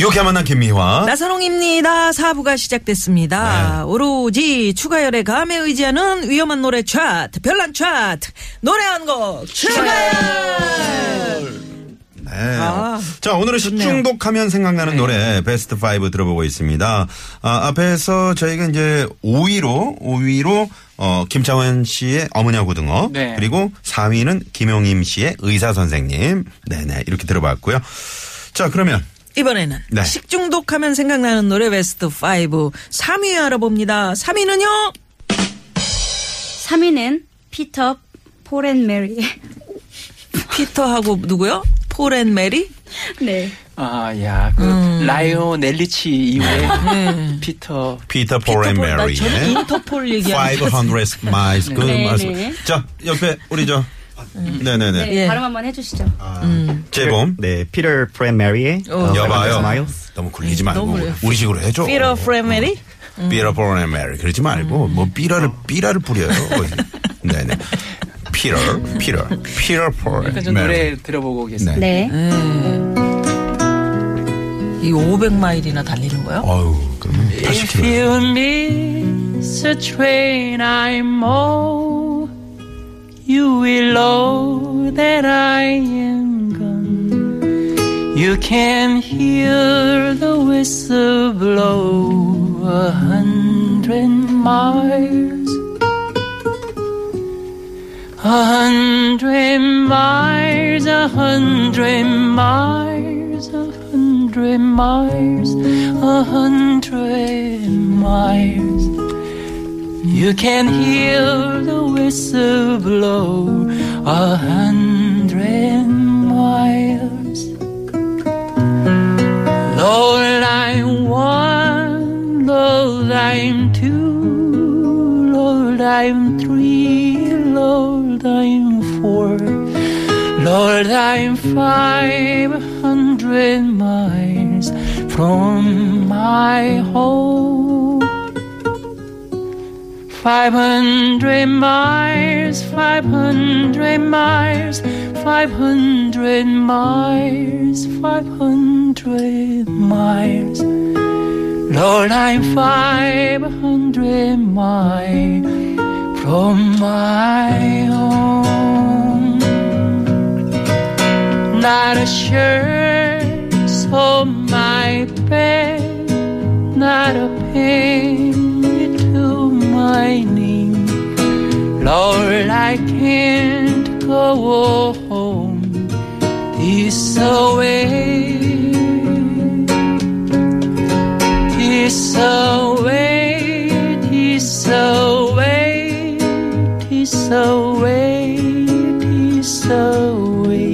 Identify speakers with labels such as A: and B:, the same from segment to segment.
A: 이렇게 만난 김미화.
B: 네. 나선홍입니다. 사부가 시작됐습니다.
A: 네.
B: 오로지 추가열의 감에 의지하는 위험한 노래 차트, 별난 차트, 노래 한 곡 추가열!
A: 네.
B: 아,
A: 자, 오늘은
B: 좋네요. 네.
A: 식중독하면 생각나는 노래 베스트 5 들어보고 있습니다. 아, 앞에서 저희가 이제 5위로 5위로 어, 김창원 씨의 어머니와 고등어
C: 네.
A: 그리고 4위는 김용임 씨의 의사 선생님. 네, 네. 이렇게 들어봤고요. 자, 그러면
B: 이번에는
A: 네.
B: 식중독하면 생각나는 노래 베스트 5 3위 알아봅니다. 3위는요?
D: 3위는 피터 폴앤 메리.
B: 피터하고 누구요? 폴앤 메리?
D: 네.
C: 아, 야, 그
E: 음.
C: 라이오넬 리치 이후에
E: 네.
C: 피터
A: 피터 폴앤
B: 피터 폴, 나 저는
A: 메리의
B: 인터폴 얘기하는 줄
A: 500 miles. 그
D: 네,
A: 말씀.
D: 네.
A: 자, 옆에 우리 저 네, 네,
D: 네,
A: 네.
B: 예.
D: 발음 한번 해주시죠.
A: 재범.
F: 네, 피터 프랜메리의
B: 어.
A: 여봐요.
F: 마일스.
A: 너무 굴리지
B: 네, 너무
A: 말고
B: 그래요.
A: 우리식으로 해줘.
B: 피터 폴앤 메리?
A: 삐라 보는 메리 그러지 말고 뭐 삐라를 삐라를 뿌려요. 거기. 네네. 피터 피터 피터 폴
E: 그러니까
C: 약간 좀그 노래 들어보고 계세요.
A: 네.
D: 네.
B: 이 500마일이나 달리는 거요?
A: 어우 그러면
B: 예,
A: 80kg.
E: You miss a train I'm old. You will know that I am gone. You can hear the whistle blow a hundred miles. A hundred miles, a hundred miles, a hundred miles, a hundred miles. You can hear the whistle blow a hundred miles. Low line one, low line two, low line three, low line four, low line five hundred miles from my home. Five hundred miles, five hundred miles, five hundred miles, five hundred miles. Lord, I'm five hundred miles from my home not a shirt on my back, not a penny to my name. Lord, I can't go home this way. This away, this away, this away, this away.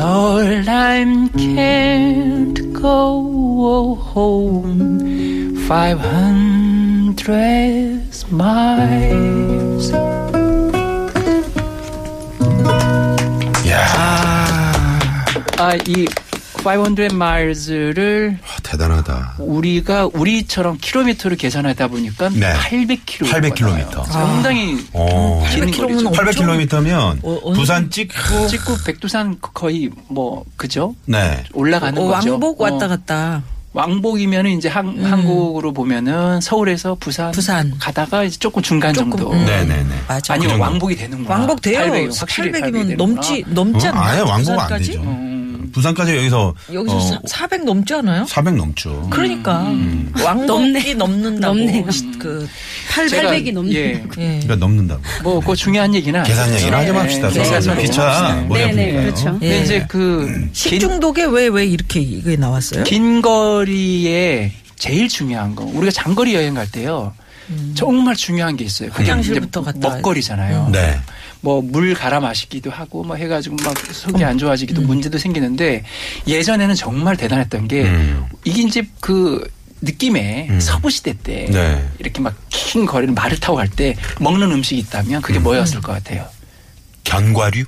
E: Lord, I can't go home. Five hundred miles.
C: 아, 이 500 miles를
A: 아, 대단하다.
C: 우리가 우리처럼 킬로미터를 계산하다 보니까
A: 네.
C: 800km.
A: 800km.
C: 상당히
A: 어.
C: 긴
B: 800km 면
C: 거리죠.
A: 800km면
B: 어, 어느-
A: 부산 찍고
C: 찍고 백두산 거의 뭐 그죠?
A: 네.
C: 올라가는
B: 어,
C: 거죠.
B: 왕복 왔다
C: 어,
B: 갔다.
C: 왕복이면은 이제 한, 한국으로 보면은 서울에서 부산,
B: 부산.
C: 가다가 이제 조금 중간 정도.
B: 음.
A: 네, 네, 네.
B: 맞아.
C: 아니면
A: 정도.
C: 왕복이 되는구나.
B: 왕복 돼요.
C: 800,
B: 800 이면
C: 되는구나.
B: 넘지 넘지
A: 어?
B: 않나요?
A: 아예 왕복 안
B: 부산까지?
A: 되죠. 부산까지 여기서
B: 여기서
A: 어,
B: 사- 400 넘지 않아요?
A: 400 넘죠.
B: 그러니까
A: 음.
B: 왕복이 넘는다고
D: 넘네요.
B: 그
C: 제가,
D: 800이 넘는.
C: 예.
B: 예.
A: 그러니까 넘는다고.
C: 뭐, 그거 중요한 얘기는
A: 계산
C: 아니죠.
E: 그렇죠.
A: 얘기를
E: 네,
A: 하지 맙시다.
C: 예,
A: 서로.
C: 계산은
A: 기차
C: 넘어갑시다.
A: 머리
D: 네네,
A: 아프니까요.
D: 그렇죠.
C: 근데 이제 그, 긴,
B: 예. 식중독에 왜 왜 이렇게 이게 나왔어요?
C: 긴 거리에 제일 중요한 거. 우리가 장거리 여행 갈 때요. 정말 중요한 게 있어요. 그게 이제
B: 화장실부터 음. 갔다 와야 음.
C: 먹거리잖아요.
A: 네.
E: 뭐 물 갈아 마시기도 하고 뭐 해가지고 막 속이 안 좋아지기도
A: 음.
E: 문제도 생기는데 예전에는 정말 대단했던 게
A: 음.
E: 이게 이제 그 느낌에
A: 음.
E: 서부 시대 때
A: 네.
E: 이렇게 막 긴 거리를 말을 타고 갈 때 먹는 음식이 있다면 그게 뭐였을 것 같아요.
A: 견과류?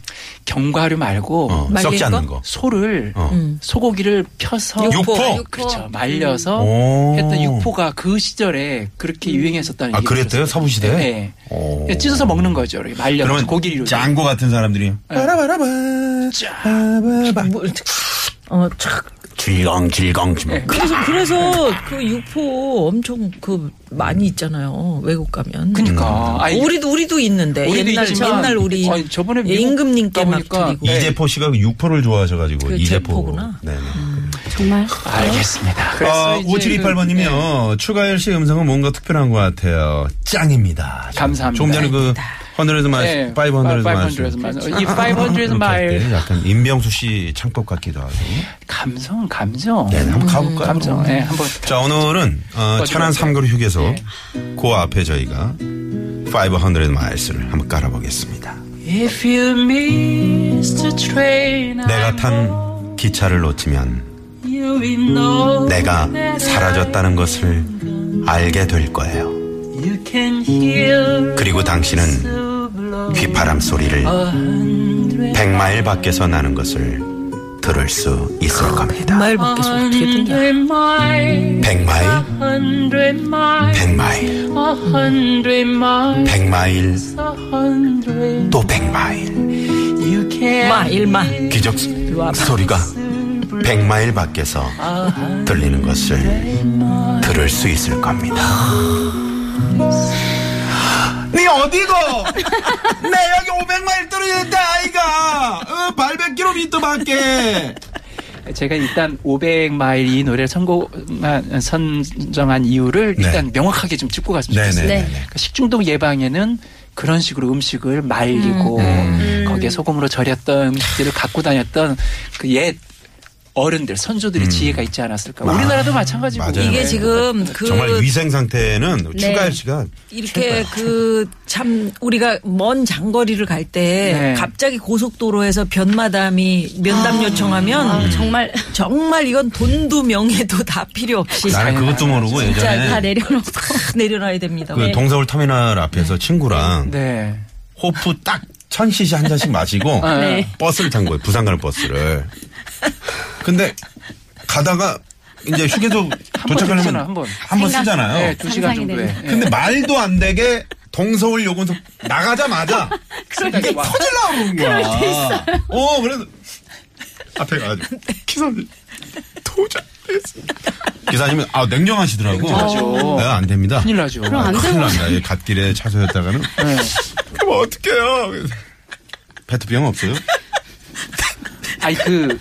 E: 견과류 말고
A: 어,
B: 말린
A: 썩지 않는 거.
E: 소를
A: 어.
B: 음.
E: 소고기를 펴서
A: 육포. 아, 육포.
E: 그렇죠 말려서
A: 오.
E: 했던 육포가 그 시절에 그렇게 유행했었다는
A: 아,
E: 얘기를
A: 그랬대요?
E: 들었어요.
A: 서부 시대에?
E: 네.
A: 오.
E: 그냥 찢어서 먹는 거죠. 이렇게 네. 말려서
A: 그러면
E: 고기로
A: 짱구 같은 사람들이 바라바라바 바라바바
B: 어, 착.
A: 질겅질겅
E: 네.
B: 그래서 그래서 그 육포 엄청 그 많이 있잖아요. 외국 가면.
E: 그러니까
A: 음.
E: 아, 이게
B: 우리도 우리도 있는데
E: 우리도
B: 옛날
E: 있지만
B: 옛날 우리
E: 아니, 저번에
B: 예,
E: 미국
B: 임금님께
E: 가
B: 막
E: 보니까
B: 드리고 네.
E: 이-
A: 이재포 씨가 육포를 좋아하셔가지고
B: 그
A: 이재포.
B: 잼포구나.
A: 네네.
D: 정말
E: 알겠습니다. 음, 그래서
A: 어,
E: 이제 그, 네.
A: 5728번님이요. 추가열 씨 음성은 뭔가 특별한 것 같아요. 짱입니다.
E: 감사합니다.
A: 조금 전에 그, 100에서 마,
E: 네.
A: 500에서 마.
E: 500에서 마이 500에서
A: 때
E: 말
A: 약간 임병수 씨 창법 같기도 하고.
E: 감성 감정
A: 네, 한번 가볼까요? 음.
E: 감정 예 한번
A: 자, 오늘은, 어,
E: 어디로
A: 천안
E: 갈까요?
A: 삼거리 휴게소.
E: 네.
A: 그 앞에 저희가 500 miles를 한번 깔아보겠습니다.
G: If you miss the train,
A: 내가 탄 기차를 놓치면
G: you will know
A: 내가
G: that
A: 사라졌다는 것을 알게 될 거예요.
G: You can hear
A: 그리고 당신은
G: the blow
A: 휘파람 소리를 백마일 밖에서 나는 것을 들을 수 있을 겁니다.
B: 말 밖에서 어떻게 듣냐.
G: hundred miles,
A: 백마일,
G: hundred miles,
A: 백마일,
G: a hundred miles,
A: 백마일,
G: a hundred.
A: 또 백마일.
G: You can
B: 마 일마.
A: 기적 소리가 백마일 밖에서 들리는 것을 들을 수 있을 겁니다. 네 어디고? 내 여기 500마일 떨어졌다 아이가. 어, 800km 밖에.
E: 제가 일단 500마일 이 노래를 선곡한, 선정한 이유를
A: 네.
E: 일단 명확하게 좀 짚고 갔으면 좋겠어요.
A: 네네네.
D: 네.
E: 그러니까 식중독 예방에는 그런 식으로 음식을 말리고
B: 음.
E: 거기에 소금으로 절였던 음식들을 갖고 다녔던 그 옛 어른들, 선조들의 지혜가 있지 않았을까. 우리나라도 마찬가지고.
A: 맞아요.
B: 이게 지금 그
A: 네, 정말 위생 상태는 추가할 시간.
B: 이렇게 그 참 우리가 먼 장거리를 갈 때
E: 네.
B: 갑자기 고속도로에서 변마담이 면담 요청하면
E: 음.
D: 아, 정말
B: 정말 이건 돈도 명예도 다 필요 없이
A: 나는 그것도 모르고
D: 진짜 다
A: 예전에
D: 내려놓고
B: 탁 내려놔야 됩니다. 네.
A: 그 동서울 터미널 앞에서 친구랑
E: 네. 아,
A: 호프 딱 1000cc 한 잔씩 마시고
D: 네.
A: 버스를 탄 거예요. 부산 가는 버스를. 근데 가다가 이제 휴게소 도착하려면
E: 쓰잖아, 한 번.
A: 한 번 쓰잖아요.
E: 네, 두 시간
D: 상상이
E: 정도에.
D: 됩니다.
E: 네.
A: 근데 말도 안 되게 동서울 요금소 나가자마자 이게
E: 와.
A: 터질라 그런 거야. 어, 그래서 앞에 가가지고 기사님 도저히 안 되겠습니다. 기사님은 아 냉정하시더라고.
E: 네. 냉정하죠.
A: 네, 안 됩니다.
E: 큰일 나죠. 네.
D: 그럼 안
A: 아, 큰일
D: 되고.
A: 납니다. 이 갓길에 차 세웠다가는 그럼 어떡해요. 그래서 페트병 없어요?
E: 아니, 그.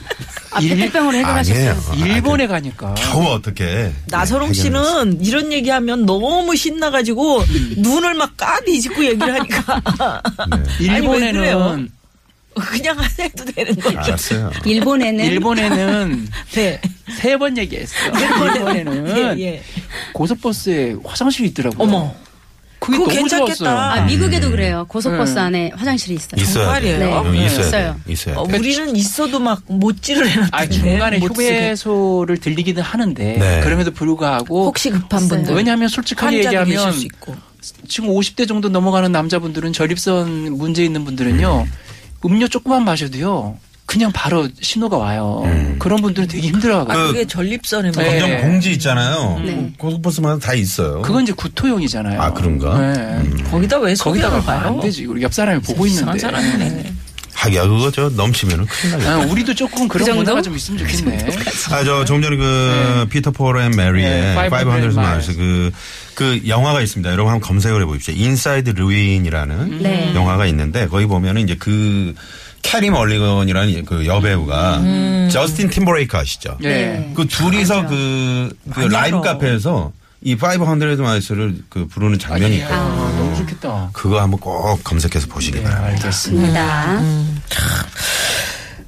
E: 일,
D: 택병으로 해결하셨어요.
A: 아니에요. 네.
E: 일본에 가니까.
A: 겨우 어떻게.
E: 네,
A: 네,
B: 나서롱 씨는 이런 얘기하면 너무 신나가지고
E: 음.
B: 눈을 막 까뒤집고 얘기를 하니까 아니, 왜 그래요?
E: 일본에는
B: 그냥 안 해도 되는
E: 아,
B: 거죠.
A: 알았어요.
D: 일본에는
E: 일본에는
B: 네.
E: 세 번 얘기했어. 일본에는
B: 예, 예.
E: 고속버스에 화장실이 있더라고요.
B: 어머.
E: 그게
B: 그거
E: 너무
B: 괜찮겠다.
E: 좋았어요.
D: 아 미국에도 그래요. 고속버스 안에 화장실이 있어요.
A: 있어야 돼요.
B: 정말이에요?
A: 이건
E: 네. 그
A: 있어야
D: 있어요.
A: 돼요. 있어야
B: 어,
A: 돼요.
B: 우리는 있어도 막 못 찌를 해놨던데.
E: 아 중간에
B: 네. 못 쓰게.
E: 휴게소를 들리기는 하는데
A: 네.
E: 그럼에도 불구하고
B: 혹시 급한
D: 없어요.
B: 분들
E: 왜냐하면 솔직하게
B: 환자도
E: 얘기하면 그
B: 계실 수 있고.
E: 지금 50대 정도 넘어가는 남자분들은 전립선 문제 있는 분들은요 음료 조금만 마셔도요 그냥 바로 신호가 와요.
A: 음.
E: 그런 분들은 되게
B: 아,
E: 힘들어하고.
B: 그게 전립선에 막
E: 네.
A: 검정 봉지 있잖아요.
D: 네.
A: 고속버스마다 다 있어요.
E: 그건 이제 구토용이잖아요.
A: 아, 음. 그런가?
E: 네.
B: 뭐. 거기다 왜
E: 거기다가
B: 소개를
E: 가면
B: 봐요?
E: 안 되지. 우리 옆 사람이 보고 있는데.
B: 이상한 사람이네.
A: 하기야 아, 그거 저 넘치면은 큰일 나요.
E: 아, 우리도 조금 그런 문화가 좀 있으면 좋겠네.
B: 그
A: 아, 저, 조금 전에 그, 피터 포앤 메리의
E: 네,
A: 500
E: 500
A: miles. 그, 그 영화가 있습니다. 여러분 한번 검색을 해보십시오. 인사이드
E: 음.
A: 루인이라는
D: 네.
A: 영화가 있는데 거기 보면은 이제 그 캐리 멀리건이라는 그 여배우가 저스틴 팀버레이크 아시죠?
E: 음. 네.
A: 그 둘이서 그, 그
B: 많이
A: 라이브
B: 알아.
A: 카페에서 이500 마일스를 그 부르는 장면이 있거든요.
E: 아, 너무 좋겠다.
A: 그거 한번 꼭 검색해서
E: 네.
A: 보시기 바랍니다.
D: 입니다.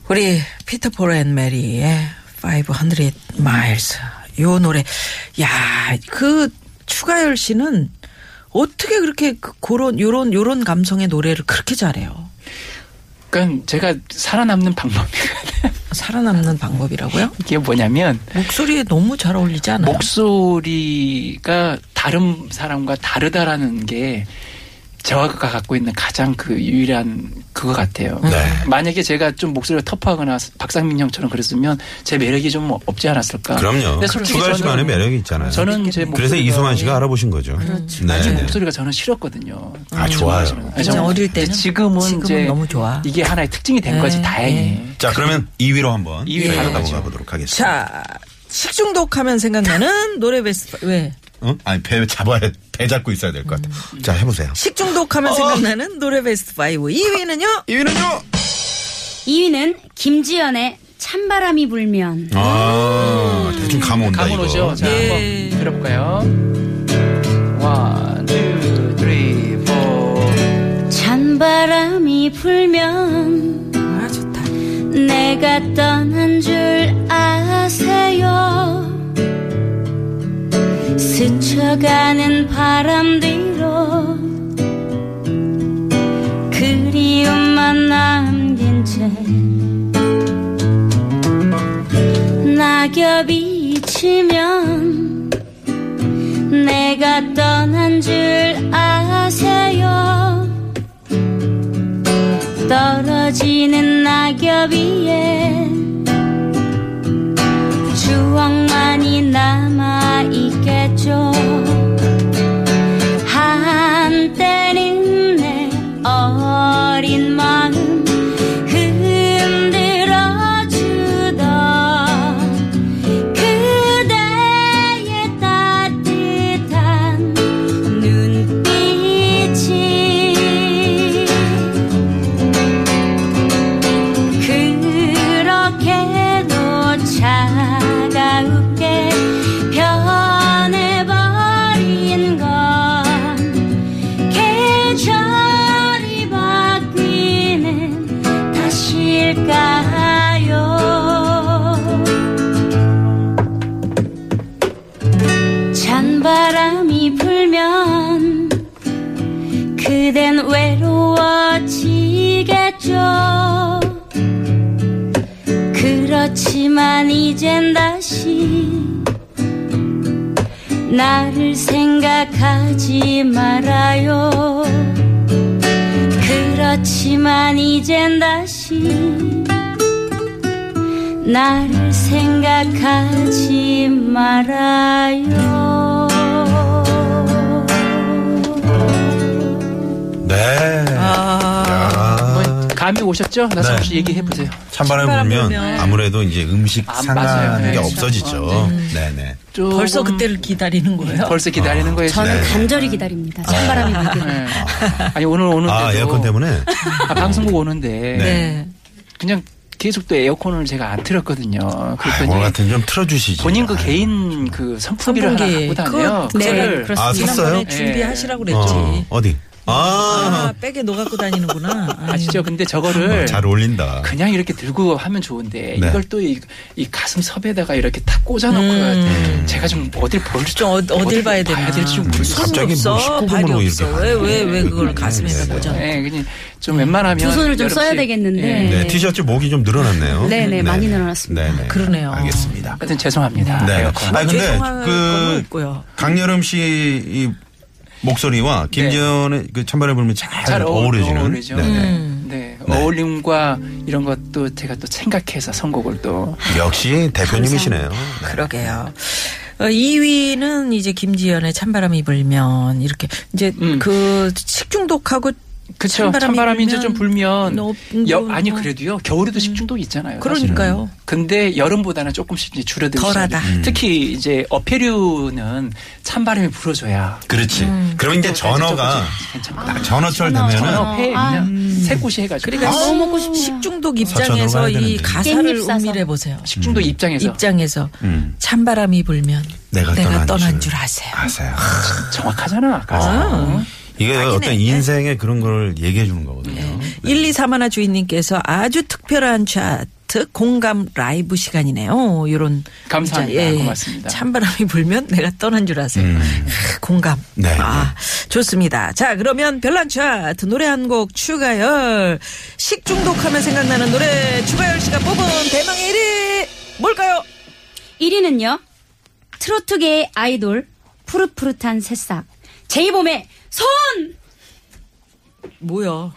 B: 우리 피터 포앤 메리의 500 miles 요 노래 야 그 추가열 씨는 어떻게 그렇게 그- 그런 요런 요런 감성의 노래를 그렇게 잘해요.
E: 그러니까 제가 살아남는 방법이
B: 살아남는 방법이라고요?
E: 이게 뭐냐면
B: 목소리에 너무 잘 어울리지 않아요?
E: 목소리가 다른 사람과 다르다라는 게 제가 갖고 있는 가장 그 유일한 그거 같아요.
A: 네.
E: 만약에 제가 좀 목소리가 터프하거나 박상민 형처럼 그랬으면 제 매력이 좀 없지 않았을까?
A: 그럼요.
E: 근데
A: 그
E: 솔직히
A: 추가열 씨만의
E: 저는-
A: 매력이 있잖아요.
E: 저는 제
A: 그래서
E: 목소리가-
A: 이소만 씨가 알아보신 거죠. 그렇죠. 네.
E: 아직
A: 네.
E: 목소리가 저는 싫었거든요.
A: 아, 좋아요.
E: 아니,
B: 진짜
E: 저는-
B: 어릴 때는?
E: 근데 지금은,
B: 지금은
E: 이제
B: 너무 좋아.
E: 이게 하나의 특징이 된
B: 네,
E: 거지 다행히.
A: 자, 그러면 2위로 한번
E: 2위로
A: 저희가
E: 가는
A: 넘어가
E: 거죠.
A: 보도록 하겠습니다.
B: 자, 식중독하면 생각나는 노래 베스트 왜?
A: 어? 아니, 배 잡아야, 배 잡고 있어야 될 것 같아. 자, 해보세요.
B: 식중독하면 생각나는 노래 베스트 5. 2위는요?
A: 2위는요?
D: 2위는 김지연의 찬바람이 불면.
A: 아, 대충 감 온다,
E: 감으로
A: 이거.
E: 오죠. 자,
B: 예.
E: 한번 들어볼까요? 원, 투, 쓰리, 포.
D: 찬바람이 불면
B: 아, 좋다.
D: 내가 떠난 줄 아세요? 스쳐가는 바람 뒤로 그리움만 남긴 채 낙엽이 치면 내가 떠난 줄 아세요? 떨어지는 낙엽 위에 추억만이 남아 있겠죠. 한때는 내 어린 마음 흔들어 주던 그대의 따뜻한 눈빛이 그렇게도 차가우게 변해버린 건 계절이 바뀌는 탓일까요 찬바람이 불면 그댄 외로워지겠죠 그렇지만 이젠 다시 나를 생각하지 말아요 그렇지만 이젠 다시 나를 생각하지 말아요
A: 네.
E: 아,
B: 아,
E: 뭐
A: 아.
E: 감이 오셨죠? 나서 혹시 얘기해 보세요.
A: 찬바람 불면 아무래도 이제 음식
E: 아,
A: 상하는
E: 맞아요.
A: 게
E: 네.
A: 없어지죠. 네네.
B: 벌써 그때를 기다리는 거예요?
E: 네, 벌써 기다리는 거예요.
D: 저는
E: 지금.
D: 간절히 기다립니다. 찬바람이 불면.
E: 네. 아니 오늘 오는데도
A: 아, 에어컨 때문에?
E: 아, 방송국 오는데
B: 네.
E: 그냥 계속 또 에어컨을 제가 안 틀었거든요.
A: 아이,
E: 그랬더니
A: 오늘 같은 좀 틀어주시지.
E: 본인 그
A: 아이.
E: 개인 그 선풍기를 하나 갖고 다녀요.
B: 그- 네,
E: 그거를
D: 그렇습니다.
A: 아, 샀어요?
B: 지난번에 준비하시라고 그랬지.
A: 어, 어디?
B: 아,
A: 아,
B: 백에 너 갖고 다니는구나. 아유.
E: 아시죠? 근데 저거를
A: 잘 어울린다.
E: 네. 그냥 이렇게 들고 하면 좋은데
A: 네.
E: 이걸 또 이 가슴 섭에다가 이렇게 딱 꽂아놓고 네.
A: 음.
E: 제가 좀 어딜 볼지
B: 좀 어, 어딜 봐야 되나?
E: 봐야 될지 좀 모르겠어요.
B: 손이
A: 갑자기 뭐
B: 없어,
A: 식구금으로
B: 발이
A: 이렇게
B: 없어.
A: 가네.
B: 왜 왜 왜 그걸 가슴에
A: 네, 네.
B: 꽂아?
E: 예, 그냥 좀 웬만하면
D: 두 손을 좀
E: 여럿이-
D: 써야 되겠는데.
E: 예.
A: 네, 티셔츠 목이 좀 늘어났네요.
D: 네네, 많이 늘어났습니다.
A: 네네.
B: 그러네요.
A: 알겠습니다.
E: 하여튼 죄송합니다.
A: 네.
E: 에어컨.
A: 아니, 근데
B: 죄송할 거는
A: 그
B: 있고요.
A: 강여름 씨이 목소리와
B: 네.
A: 김지연의 그 찬바람 불면 잘,
E: 잘 어울-
A: 어우러지는.
E: 어우러지죠.
B: 음.
A: 네네.
E: 네. 어울림과 이런 것도 제가 또 생각해서 선곡을 또
A: 역시 대표님이시네요.
B: 그러게요. 2위는 이제 김지연의 찬바람이 불면 이렇게 이제
E: 음.
B: 그 식중독하고
E: 그렇죠. 찬바람이, 이제 좀 불면
B: 너-
E: 여-
B: 너-
E: 아니 그래도요. 겨울에도 식중독이 있잖아요. 사실은.
B: 그러니까요.
E: 근데 여름보다는 조금씩 이제 줄어들기
B: 덜하다. 음.
E: 시작해요. 특히 이제 어패류는 찬바람이 불어줘야
A: 그렇지.
B: 음.
A: 그러면
B: 그렇죠.
A: 이제 전어가
E: 괜찮아.
A: 딱 전어철 되면은
E: 전어 회 그냥 새꼬시 해가지고
B: 아, 그러니까 식- 식중독
A: 사천으로
B: 입장에서
A: 가야
B: 이
A: 되는데.
B: 가사를
D: 깻잎 싸서.
B: 음미해 보세요.
E: 식중독 입장에서
B: 입장에서
A: 음.
B: 찬바람이 불면
A: 내가,
B: 내가
A: 떠난,
B: 줄 아세요.
A: 아세요.
E: 정확하잖아.
A: 아. 이게 어떤
B: 네.
A: 인생의 그런 걸 얘기해 주는 거거든요.
B: 1, 2, 3 하나 주인님께서 아주 특별한 차트 차트 공감 라이브 시간이네요. 이런
E: 감사합니다.
B: 문자, 예,
E: 고맙습니다.
B: 찬바람이 불면 내가 떠난 줄 아세요. 크, 공감.
A: 음. 네,
B: 아, 좋습니다. 자, 그러면 별난 차트 노래 한 곡 추가열 식중독하면 생각나는 노래 추가열 씨가 뽑은 대망의 1위 뭘까요?
D: 1위는요. 트로트계의 아이돌 푸릇푸릇한 새싹 제이봄의 손!
B: 뭐야?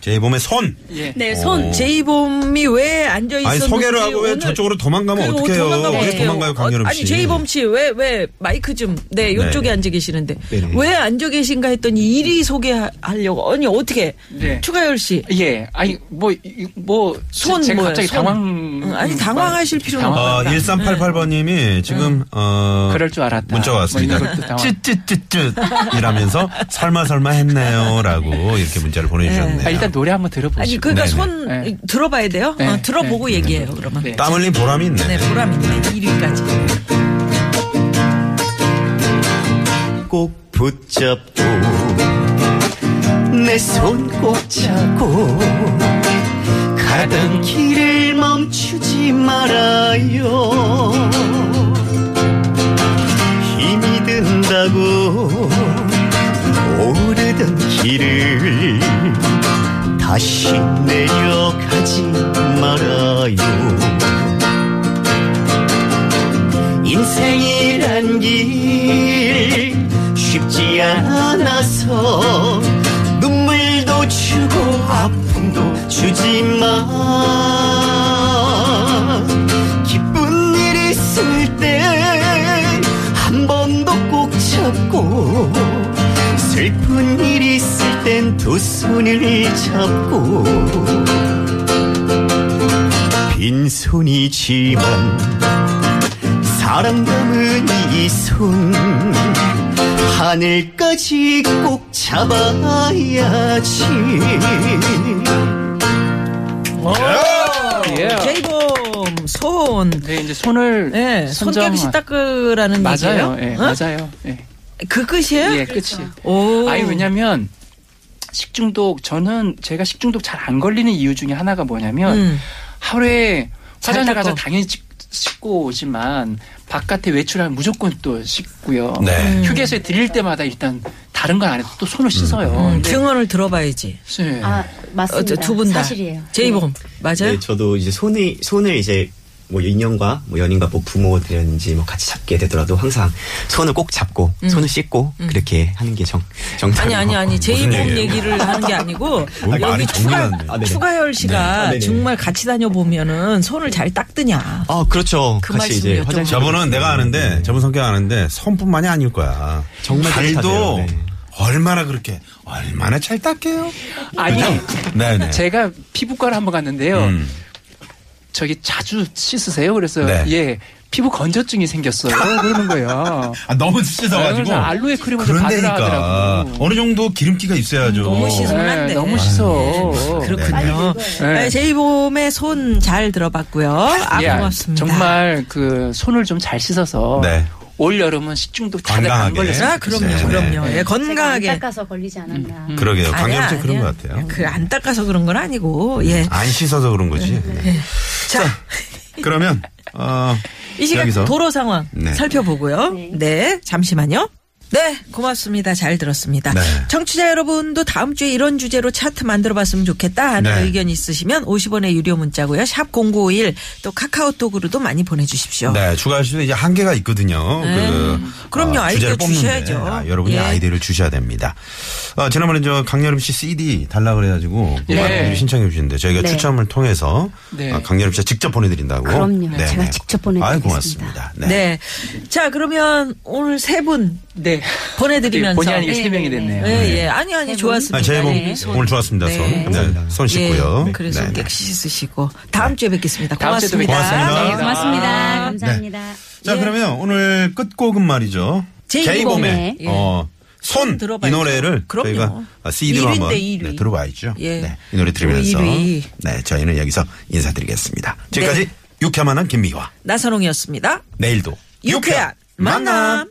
A: 제이봄의 손.
E: 예.
D: 네, 손.
A: 오.
B: 제이봄이 왜 앉아 있었는지
A: 아니 소개를 하고 왜
B: 오늘
A: 저쪽으로 도망가면
B: 그리고
A: 어떡해요?
B: 도망가면
A: 왜
B: 어떡해요?
A: 도망가요, 강여름
B: 어,
A: 씨?
B: 아니 제이범 씨 왜 왜 마이크 좀 네 이쪽에
A: 네.
B: 앉아 계시는데
F: 네, 네.
B: 왜 앉아 계신가 했더니 1위 소개하려고 아니 어떻게
E: 네.
B: 추가열 씨
E: 예, 아니 뭐뭐
B: 손
E: 제가
B: 뭐예요?
E: 갑자기
B: 손.
E: 당황
B: 응, 아니, 당황하실 필요는
E: 당황-
A: 어, 1388번님이 지금 어
E: 그럴 줄 알았다.
A: 문자
E: 뭐
A: 왔습니다.
E: 이런 것도 당황.
A: 쯔쯔쯔쯔이라면서 설마 설마 했네요라고 이렇게 문자를 보내주셨네요.
E: 아, 일단 노래 한번 들어보시죠.
B: 아니 그러니까
A: 네네.
B: 손
E: 네.
B: 들어봐야 돼요
E: 네.
B: 어, 들어보고
E: 네.
B: 얘기해요 그러면
E: 네.
A: 땀 흘린 보람이 있네.
B: 네 보람 있네 1위까지
F: 꼭 붙잡고 내 손 꼭 잡고 가던 길을 멈추지 말아요 힘이 든다고 오르던 길을 다시 내려가지 말아요 인생이란 길 쉽지 않아서 눈물도 주고 아픔도 주지 마 기쁜 일 있을 땐 한 번도 꼭 잡고 슬픈 일 있을 땐 두 손을 잡고 빈손이지만 사람감은 이 손 하늘까지 꼭 잡아야지
B: 그
E: 예.
B: 제이범 손
E: 네, 이제 손을
B: 네,
E: 선정-
B: 손격시 닦으라는
E: 맞아요.
B: 얘기예요?
E: 예,
B: 어?
E: 맞아요. 예.
B: 그 끝이에요?
E: 예, 끝이.
B: 오.
E: 아니 왜냐면 식중독 저는 제가 식중독 잘 안 걸리는 이유 중에 하나가 뭐냐면
B: 음.
E: 하루에
B: 잘
E: 화장실 가서
B: 닦어.
E: 당연히 씻- 씻고 오지만 바깥에 외출하면 무조건 또 씻고요.
A: 네.
B: 음.
E: 휴게소에 들릴 때마다 일단 다른 건 안 해도 또 손을 씻어요.
B: 음,
E: 근데-
B: 증언을 들어봐야지
E: 예.
D: 아,
B: 어,
D: 맞습니다.
B: 두 분다
D: 사실이에요.
B: 제이범
A: 네,
B: 맞아요?
F: 저도 이제 손이 손을 이제 뭐 인연과 뭐 연인과 뭐 부모들인지 뭐 같이 잡게 되더라도 항상 손을 꼭 잡고 손을 씻고 그렇게 하는 게 정 정답.
B: 음. 아니 아니 아니 제이홉
A: 무슨 얘기예요?
B: 얘기를 하는 게 아니고
A: 뭔 말이
B: 여기
A: 정리가
B: 추가
A: 안 돼.
F: 아, 네네.
B: 추가열
F: 아,
B: 씨가
F: 네네.
B: 정말 같이 다녀 보면은 손을 잘 닦드냐.
E: 어,
F: 아 그렇죠.
B: 그
F: 같이 이제
B: 말씀이었죠.
F: 화장실
A: 저분은 내가 아는데 저분 성격 아는데 손뿐만이 아닐 거야.
F: 정말
A: 발도
F: 깨끗하네요. 네.
A: 얼마나 그렇게 얼마나 잘 닦여요?
E: 아니
A: 네네.
E: 제가 피부과를 한번 갔는데요.
A: 음.
E: 저기 자주 씻으세요. 그래서
A: 네.
E: 예 피부 건조증이 생겼어요. 그러는 거예요.
A: 아, 너무 씻어가지고.
E: 네, 그래서 알로에 크림을 좀 바르라
A: 그런데니까
E: 하더라고.
A: 그러니까 어느 정도 기름기가 있어야죠.
B: 네, 너무 씻어.
E: 예,
B: 한데.
E: 너무 씻어.
B: 네, 그렇군요.
E: 네.
B: 네, 제이봄의 손 잘 들어봤고요. 아,
E: 예,
B: 고맙습니다.
E: 정말 그 손을 좀 잘 씻어서
A: 네.
E: 올 여름은 식중독 다들 안
A: 건강하게.
E: 걸렸어요.
B: 아, 그럼요,
A: 네, 네.
B: 그럼요. 예,
D: 제가 안
B: 건강하게. 음.
D: 닦아서 걸리지 않았나.
A: 그러게요.
B: 아니야,
A: 강경채 그런
B: 아니야.
A: 것 같아요.
B: 그안 닦아서 그런 건 아니고, 예.
A: 안 씻어서 그런 거지. 네.
B: 자,
A: 그러면, 어,
B: 이 시간
A: 여기서.
B: 도로 상황
A: 네.
B: 살펴보고요. 네. 잠시만요. 네, 고맙습니다. 잘 들었습니다.
A: 네.
B: 청취자 여러분도 다음 주에 이런 주제로 차트 만들어 봤으면 좋겠다 하는
A: 네.
B: 의견 있으시면 50원의 유료 문자고요. 샵 0951, 또 카카오톡으로도 많이 보내주십시오.
A: 네, 추가할 수는 이제 한계가 있거든요. 그,
B: 예. 그럼요.
A: 어, 주제를
B: 아이디어
A: 뽑는데.
B: 주셔야죠.
A: 아, 여러분이
B: 예.
A: 아이디어를 주셔야 됩니다. 어, 지난번에 저 강여름 씨 CD 달라 그래가지고
E: 예.
A: 많은 분들이 신청해 주시는데 저희가
B: 네.
A: 추첨을 통해서
E: 네.
A: 어, 강여름 씨가 직접 보내드린다고. 네,
D: 그럼요. 제가 직접 보내드리겠습니다.
A: 아유, 고맙습니다.
B: 네. 자, 그러면 오늘 세 분
E: 네.
B: 보내드리면서.
E: 본의 아니게 세 명이 됐네요.
B: 예, 예. 아니, 아니, 좋았습니다.
A: 아, 제목
B: 예.
A: 오늘 좋았습니다. 손.
B: 네.
A: 네, 손 씻고요.
B: 예, 그래서
A: 네, 네.
B: 손 씻으시고. 다음 주에 뵙겠습니다.
E: 다음 주에도
B: 고맙습니다.
E: 뵙겠습니다.
D: 네,
A: 고맙습니다.
B: 아.
D: 고맙습니다. 감사합니다.
A: 자, 그러면 오늘 끝곡은 말이죠.
B: 예. 제이봄의,
A: 제이봄의,
B: 예.
A: 어, 손,
B: 들어봐야죠.
A: 이 노래를
B: 그럼요.
A: 저희가 CD로
B: 일위인데,
A: 한번
B: 일위.
A: 네, 들어봐야죠.
B: 예.
A: 네, 이 노래 들으면서
B: 일위.
A: 네, 저희는 여기서 인사드리겠습니다. 지금까지
B: 네.
A: 유쾌만한 김미화.
B: 나선홍이었습니다.
A: 내일도
B: 유쾌한 만남.